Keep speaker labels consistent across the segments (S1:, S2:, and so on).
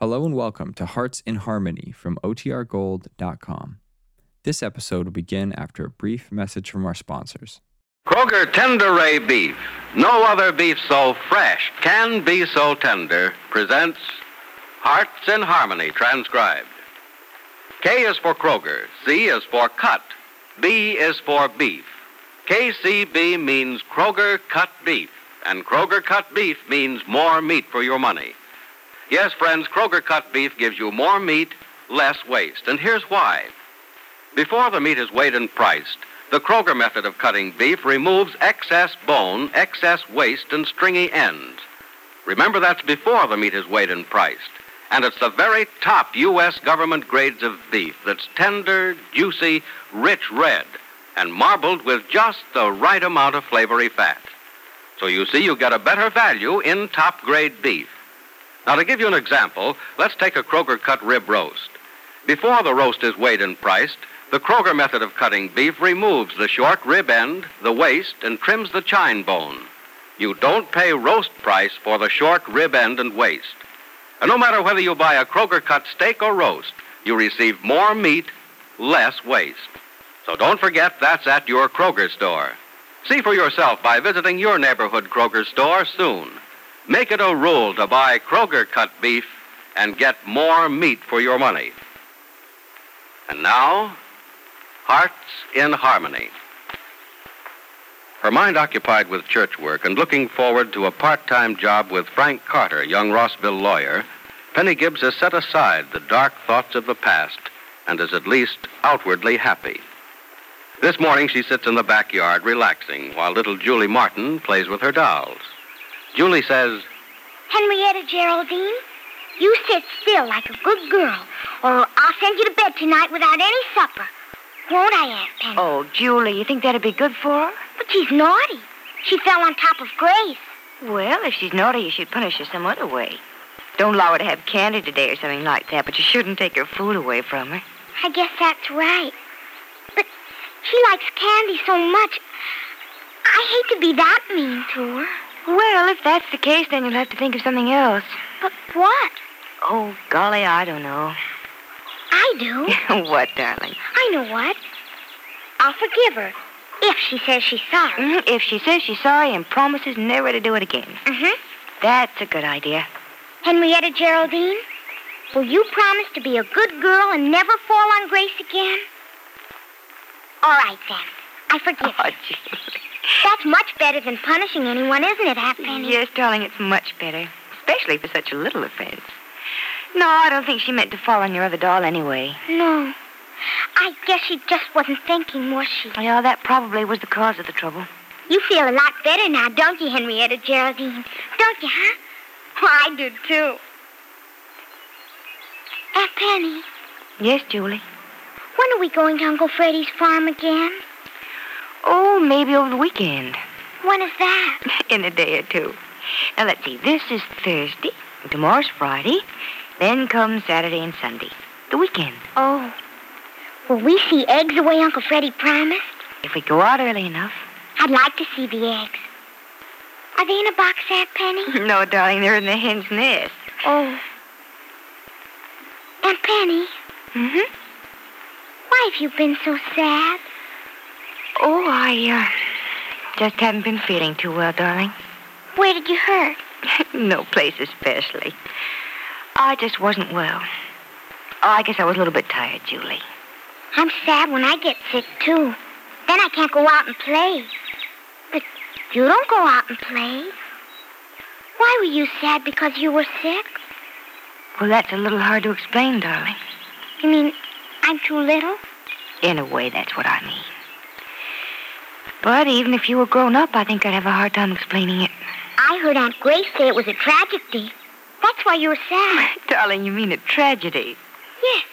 S1: Hello and welcome to Hearts in Harmony from OTRGold.com. This episode will begin after a brief message from our sponsors.
S2: Kroger Tender Ray Beef. No other beef so fresh can be so tender. Presents Hearts in Harmony, transcribed. K is for Kroger. C is for cut. B is for beef. KCB means Kroger cut beef. And Kroger cut beef means more meat for your money. Yes, friends, Kroger cut beef gives you more meat, less waste. And here's why. Before the meat is weighed and priced, the Kroger method of cutting beef removes excess bone, excess waste, and stringy ends. Remember, that's before the meat is weighed and priced. And it's the very top U.S. government grades of beef that's tender, juicy, rich red, and marbled with just the right amount of flavory fat. So you see, you get a better value in top grade beef. Now, to give you an example, let's take a Kroger cut rib roast. Before the roast is weighed and priced, the Kroger method of cutting beef removes the short rib end, the waist, and trims the chine bone. You don't pay roast price for the short rib end and waist. And no matter whether you buy a Kroger cut steak or roast, you receive more meat, less waste. So don't forget that's at your Kroger store. See for yourself by visiting your neighborhood Kroger store soon. Make it a rule to buy Kroger cut beef and get more meat for your money. And now, Hearts in Harmony. Her mind occupied with church work and looking forward to a part time job with Frank Carter, young Rossville lawyer, Penny Gibbs has set aside the dark thoughts of the past and is at least outwardly happy. This morning she sits in the backyard relaxing while little Julie Martin plays with her dolls. Julie says,
S3: Henrietta Geraldine, you sit still like a good girl, or I'll send you to bed tonight without any supper. Won't I, Aunt Penny?
S4: Oh, Julie, you think that'd be good for her?
S3: But she's naughty. She fell on top of Grace.
S4: Well, if she's naughty, you should punish her some other way. Don't allow her to have candy today or something like that, but you shouldn't take her food away from her.
S3: I guess that's right. But she likes candy so much. I hate to be that mean to her.
S4: Well, if that's the case, then you'll have to think of something else.
S3: But what?
S4: Oh, golly, I don't know.
S3: I do.
S4: what, darling?
S3: I know what. I'll forgive her if she says she's sorry.
S4: Mhm, If she says she's sorry and promises never to do it again,
S3: Mm-hmm.
S4: that's a good idea.
S3: Henrietta Geraldine, will you promise to be a good girl and never fall on Grace again? All right, then. I forgive.
S4: Oh,
S3: you.
S4: Julie.
S3: That's much better than punishing anyone, isn't it, Aunt Penny?
S4: Yes, darling, it's much better, especially for such a little offense. No, I don't think she meant to fall on your other doll anyway.
S3: No. I guess she just wasn't thinking, was she?
S4: Well, that probably was the cause of the trouble.
S3: You feel a lot better now, don't you, Henrietta Geraldine? Don't you, huh? Well, I do, too. Aunt Penny,
S4: Yes, Julie.
S3: when are we going to Uncle Freddie's farm again?
S4: Oh, maybe over the weekend.
S3: When is that?
S4: In a day or two. Now, let's see. This is Thursday. Tomorrow's Friday. Then comes Saturday and Sunday. The weekend.
S3: Oh. Will we see eggs the way Uncle Freddie promised?
S4: If we go out early enough.
S3: I'd like to see the eggs. Are they in a box, Aunt Penny?
S4: no, darling, they're in the hen's nest.
S3: Oh. Aunt Penny,
S4: Mm-hmm.
S3: why have you been so sad?
S4: Oh, I, uh, just haven't been feeling too well, darling.
S3: Where did you hurt?
S4: no place especially. I just wasn't well. Oh, I guess I was a little bit tired, Julie.
S3: I'm sad when I get sick, too. Then I can't go out and play. But you don't go out and play. Why were you sad because you were sick?
S4: Well, that's a little hard to explain, darling.
S3: You mean I'm too little?
S4: In a way, that's what I mean. But even if you were grown up, I think I'd have a hard time explaining it.
S3: I heard Aunt Grace say it was a tragedy. That's why you were sad.
S4: darling, you mean a tragedy?
S3: Yes,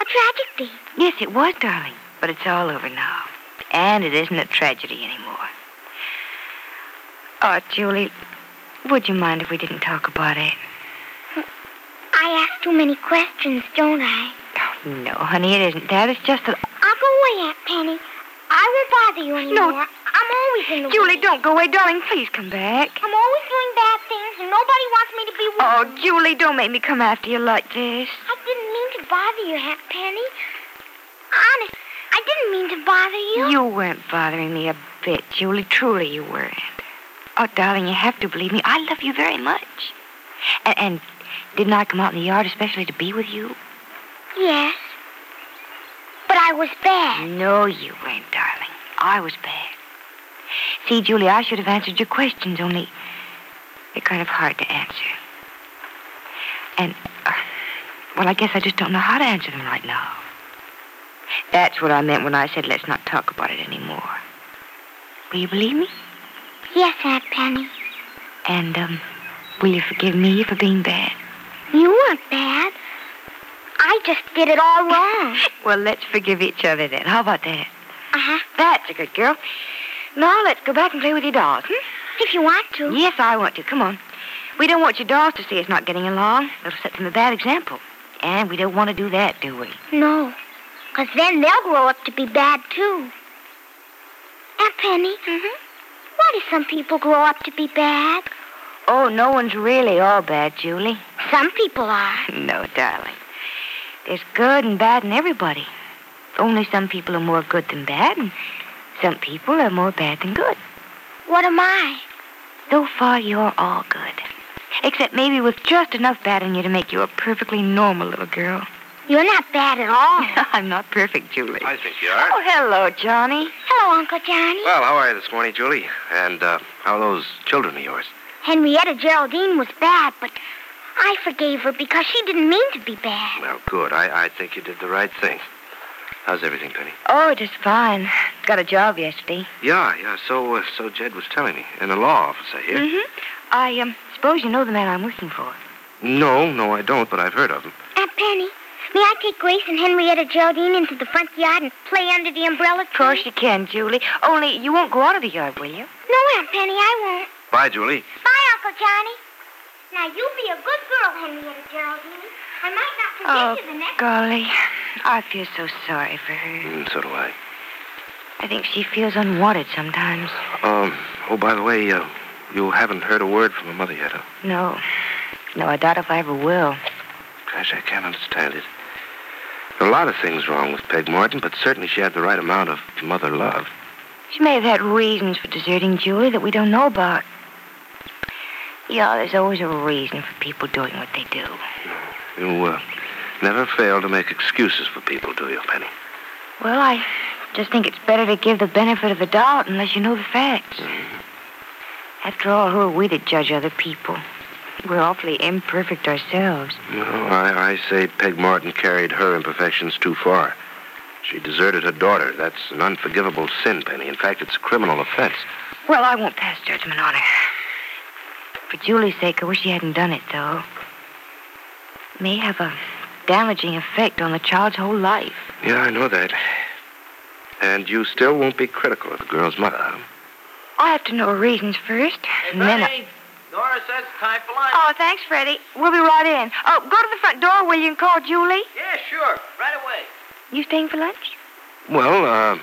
S3: a tragedy.
S4: Yes, it was, darling. But it's all over now. And it isn't a tragedy anymore. Oh, Julie, would you mind if we didn't talk about it?
S3: I ask too many questions, don't I?
S4: Oh, no, honey, it isn't that. It's just that.
S3: I'll go away, Aunt Penny. I won't bother you anymore. I'm always in the way.
S4: Julie, don't go away, darling. Please come back.
S3: I'm always doing bad things, and nobody wants me to be
S4: Oh, Julie, don't make me come after you like this.
S3: I didn't mean to bother you, Halfpenny. Honest, I didn't mean to bother you.
S4: You weren't bothering me a bit, Julie. Truly, you weren't. Oh, darling, you have to believe me. I love you very much. And, and didn't I come out in the yard especially to be with you?
S3: Yes. But I was bad.
S4: No, you weren't, darling. I was bad. See, Julie, I should have answered your questions, only they're kind of hard to answer. And, uh, well, I guess I just don't know how to answer them right now. That's what I meant when I said let's not talk about it anymore. Will you believe me?
S3: Yes, Aunt Penny.
S4: And, um, will you forgive me for being bad?
S3: You weren't bad. I just did it all wrong.
S4: Well, let's forgive each other then. How about that?
S3: uh-huh.
S4: That's a good girl. Now let's go back and play with your dolls. Hmm?
S3: If you want to.
S4: Yes, I want to. Come on. We don't want your dolls to see us not getting along. It'll set them a bad example. And we don't want to do that, do we?
S3: No. Because then they'll grow up to be bad, too. Aunt Penny,
S4: Mm-hmm.
S3: why do some people grow up to be bad?
S4: Oh, no one's really all bad, Julie.
S3: Some people are.
S4: No, darling. There's good and bad in everybody. Only some people are more good than bad, and some people are more bad than good.
S3: What am I?
S4: So far, you're all good. Except maybe with just enough bad in you to make you a perfectly normal little girl.
S3: You're not bad at all.
S4: I'm not perfect, Julie.
S2: I think you are.
S4: Oh, hello, Johnny.
S3: Hello, Uncle Johnny.
S2: Well, how are you this morning, Julie? And uh, how are those children of yours?
S3: Henrietta Geraldine was bad, but I forgave her because she didn't mean to be bad.
S2: Well, good. I, I think you did the right thing. How's everything, Penny?
S4: Oh, just fine. Got a job yesterday.
S2: Yeah, yeah. So, uh, so Jed was telling me in the law office, I hear.
S4: Mm-hmm. I um, suppose you know the man I'm working for.
S2: No, no, I don't, but I've heard of him.
S3: Aunt Penny, may I take Grace and Henrietta Geraldine into the front yard and play under the umbrella
S4: Of course you can, Julie. Only you won't go out of the yard, will you?
S3: No, Aunt Penny, I won't.
S2: Bye, Julie.
S3: Bye, Uncle Johnny. Now you be a good girl, Henrietta Geraldine. I might not
S4: Oh,
S3: forget you the next.
S4: golly. I feel so sorry for her.
S2: Mm, so do I.
S4: I think she feels unwanted sometimes.
S2: Um. Oh, by the way, uh, you haven't heard a word from her mother yet. Huh?
S4: No. No, I doubt if I ever will.
S2: Gosh, I can't understand it. There are a lot of things wrong with Peg Morton, but certainly she had the right amount of mother love.
S4: She may have had reasons for deserting Julie that we don't know about. Yeah, there's always a reason for people doing what they do.
S2: You uh, never fail to make excuses for people, do you, Penny?
S4: Well, I just think it's better to give the benefit of the doubt unless you know the facts. After all, who are we to judge other people? We're awfully imperfect ourselves.
S2: No, I, I say Peg Martin carried her imperfections too far. She deserted her daughter. That's an unforgivable sin, Penny. In fact, it's a criminal offense.
S4: Well, I won't pass judgment on her. For Julie's sake, I wish she hadn't done it, though. It may have a damaging effect on the child's whole life.
S2: Yeah, I know that. And you still won't be critical of the girl's mother. huh?
S4: I have to know her reasons first, and then. I...
S5: Nora says it's time for lunch.
S4: Oh, thanks, Freddie. We'll be right in. Oh, go to the front door, will you, and call Julie?
S5: Yeah, sure. Right away.
S4: You staying for lunch?
S2: Well, uh,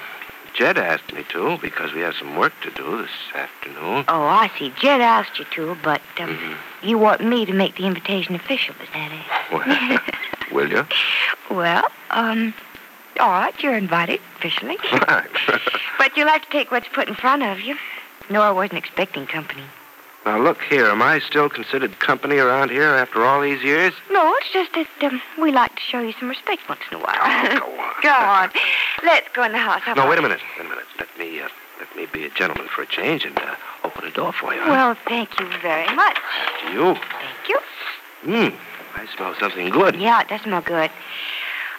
S2: Jed asked me to because we have some work to do this afternoon.
S4: Oh, I see. Jed asked you to, but um,
S2: Mhm.
S4: you want me to make the invitation official, is that
S2: Well, will you?
S4: it? Well, um, all right, you're invited officially.
S2: Right.
S4: but you'll have to take what's put in front of you. Nora wasn't expecting company.
S2: now, look here. Am I still considered company around here after all these years?
S4: No, it's just that um, we like to show you some respect once in a while.
S2: Oh, Go on.
S4: go on. Let's go in the house. how
S2: No,
S4: about
S2: wait a
S4: it?
S2: minute. Wait a minute. Let me uh, let me be a gentleman for a change and uh, open the door for you. huh?
S4: Well, thank you very much.
S2: To you.
S4: Thank you.
S6: Hmm.
S2: Mmm. I smell something good.
S4: Yeah, it does smell good.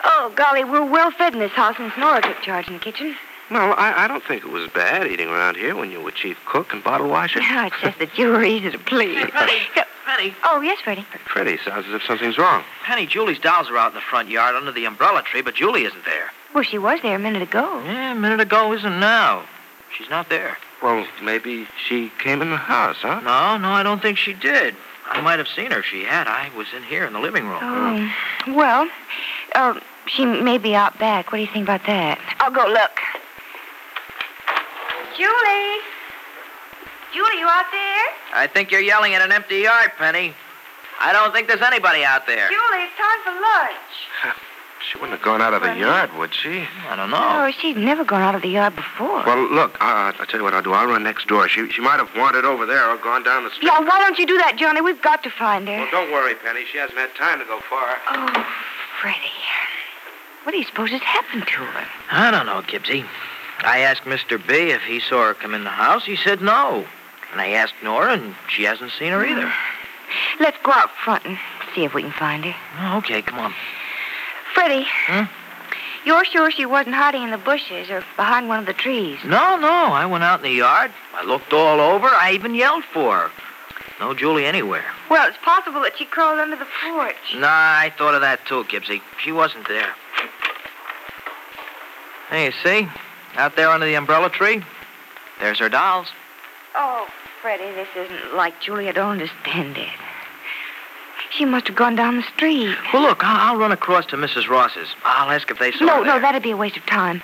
S4: Oh, golly, we're well fed in this house since Nora took charge in the kitchen.
S2: Well, I, I don't think it was bad eating around here when you were chief cook and bottle washer.
S4: No, it's just that you were easy to please.
S5: Hey, Freddie. Penny.
S4: Oh, yes, Freddie.
S2: Freddie, sounds as if something's wrong.
S5: Penny, Julie's dolls are out in the front yard under the umbrella tree, but Julie isn't there.
S4: Well, she was there a minute ago.
S5: Yeah, a minute ago isn't now. She's not there.
S2: Well, maybe she came in the house, huh?
S5: No, no, I don't think she did. I might have seen her if she had. I was in here in the living room.
S4: Oh, well, uh, she may be out back. What do you think about that? I'll go look. Julie? Julie, you out there?
S5: I think you're yelling at an empty yard, Penny. I don't think there's anybody out there.
S7: Julie, it's time for lunch.
S6: She wouldn't have gone out of the yard, would she?
S5: I don't know.
S4: Oh, she'd never gone out of the yard before.
S6: Well, look, I, I'll tell you what I'll do. I'll run next door. She, she might have wandered over there or gone down the street.
S4: yeah, why don't you do that, Johnny? We've got to find her.
S6: Well, don't worry, Penny. She hasn't had time to go far.
S4: Oh, Freddie. What do you suppose has happened to her?
S5: I don't know, Gibbsy. I asked Mr. B if he saw her come in the house. He said no. And I asked Nora, and she hasn't seen her either.
S4: Let's go out front and see if we can find her.
S5: Oh, okay, come on.
S4: Freddie.
S5: Hmm?
S4: You're sure she wasn't hiding in the bushes or behind one of the trees?
S5: No, no. I went out in the yard. I looked all over. I even yelled for her. No Julie anywhere.
S4: Well, it's possible that she crawled under the porch.
S5: Nah, I thought of that too, Gibbsy. She wasn't there. Hey, you see? Out there under the umbrella tree? There's her dolls.
S4: Oh, Freddie, this isn't like Julie. I don't understand it. She must have gone down the street.
S5: Well, look, I- I'll run across to Mrs. Ross's. I'll ask if they saw
S4: no,
S5: her.
S4: no,
S5: there.
S4: that'd be a waste of time.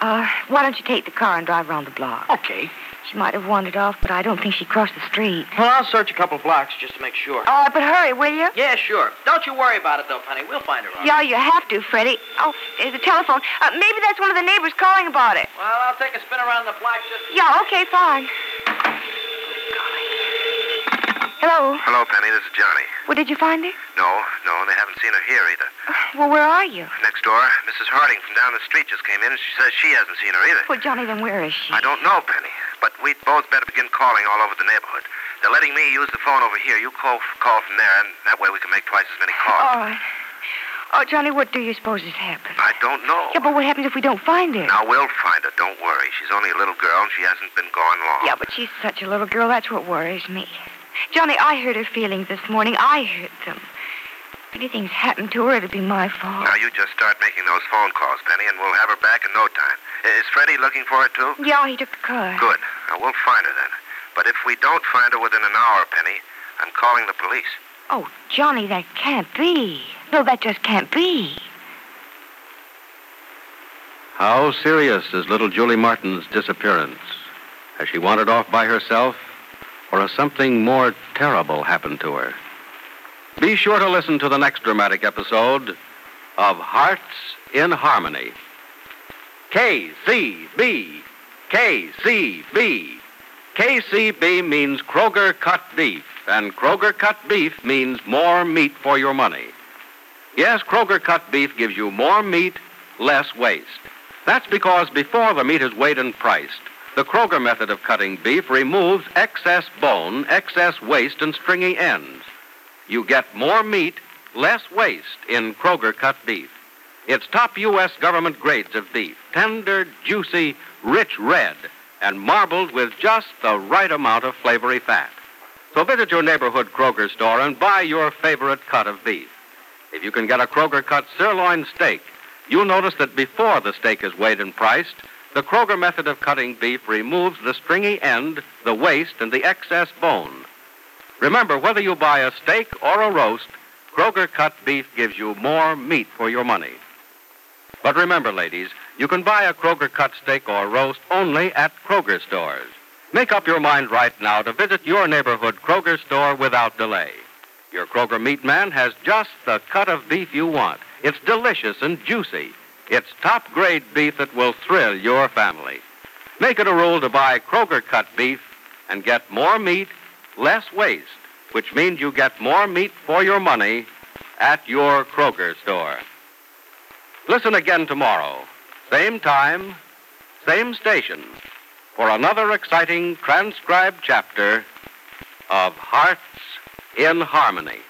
S4: Uh, why don't you take the car and drive around the block?
S5: Okay.
S4: She might have wandered off, but I don't think she crossed the street.
S5: Well, I'll search a couple blocks just to make sure.
S4: All right, but hurry, will you?
S5: Yeah, sure. Don't you worry about it, though, Penny. We'll find her. all right.
S4: Yeah, you have to, Freddie. Oh, there's a telephone. Uh, maybe that's one of the neighbors calling about it.
S5: Well, I'll take a spin around the block just.
S4: Yeah, okay, fine. Hello.
S6: Hello, Penny. This is Johnny.
S4: Well, did you find her?
S6: No, no, they haven't seen her here either.
S4: Well, where are you?
S6: Next door, Mrs. Harding from down the street just came in, and she says she hasn't seen her either.
S4: Well, Johnny, then where is she?
S6: I don't know, Penny, but we'd both better begin calling all over the neighborhood. They're letting me use the phone over here. You call, call from there, and that way we can make twice as many calls.
S4: All right. Oh, Johnny, what do you suppose has happened?
S6: I don't know.
S4: Yeah, but what happens if we don't find her?
S6: Now, we'll find her. Don't worry. She's only a little girl, and she hasn't been gone long.
S4: Yeah, but she's such a little girl. That's what worries me. Johnny, I hurt her feelings this morning. I hurt them. If anything's happened to her, it'll be my fault.
S6: Now, you just start making those phone calls, Penny, and we'll have her back in no time. I- Is Freddie looking for her, too?
S4: Yeah, he took the car.
S6: Good. Now, we'll find her then. But if we don't find her within an hour, Penny, I'm calling the police.
S4: Oh, Johnny, that can't be. No, that just can't be.
S2: How serious is little Julie Martin's disappearance? Has she wandered off by herself, or has something more terrible happened to her? Be sure to listen to the next dramatic episode of Hearts in Harmony. KCB, KCB. KCB means Kroger cut beef, and Kroger cut beef means more meat for your money. Yes, Kroger cut beef gives you more meat, less waste. That's because before the meat is weighed and priced, the Kroger method of cutting beef removes excess bone, excess waste, and stringy ends. You get more meat, less waste in Kroger cut beef. It's top U.S. government grades of beef tender, juicy, rich red, and marbled with just the right amount of flavory fat. So visit your neighborhood Kroger store and buy your favorite cut of beef. If you can get a Kroger cut sirloin steak, you'll notice that before the steak is weighed and priced, the Kroger method of cutting beef removes the stringy end, the waste, and the excess bone. Remember, whether you buy a steak or a roast, Kroger cut beef gives you more meat for your money. But remember, ladies, you can buy a Kroger cut steak or roast only at Kroger stores. Make up your mind right now to visit your neighborhood Kroger store without delay. Your Kroger meat man has just the cut of beef you want. It's delicious and juicy. It's top grade beef that will thrill your family. Make it a rule to buy Kroger cut beef and get more meat, less waste, which means you get more meat for your money at your Kroger store. Listen again tomorrow, same time, same station, for another exciting transcribed chapter of Hearts in Harmony.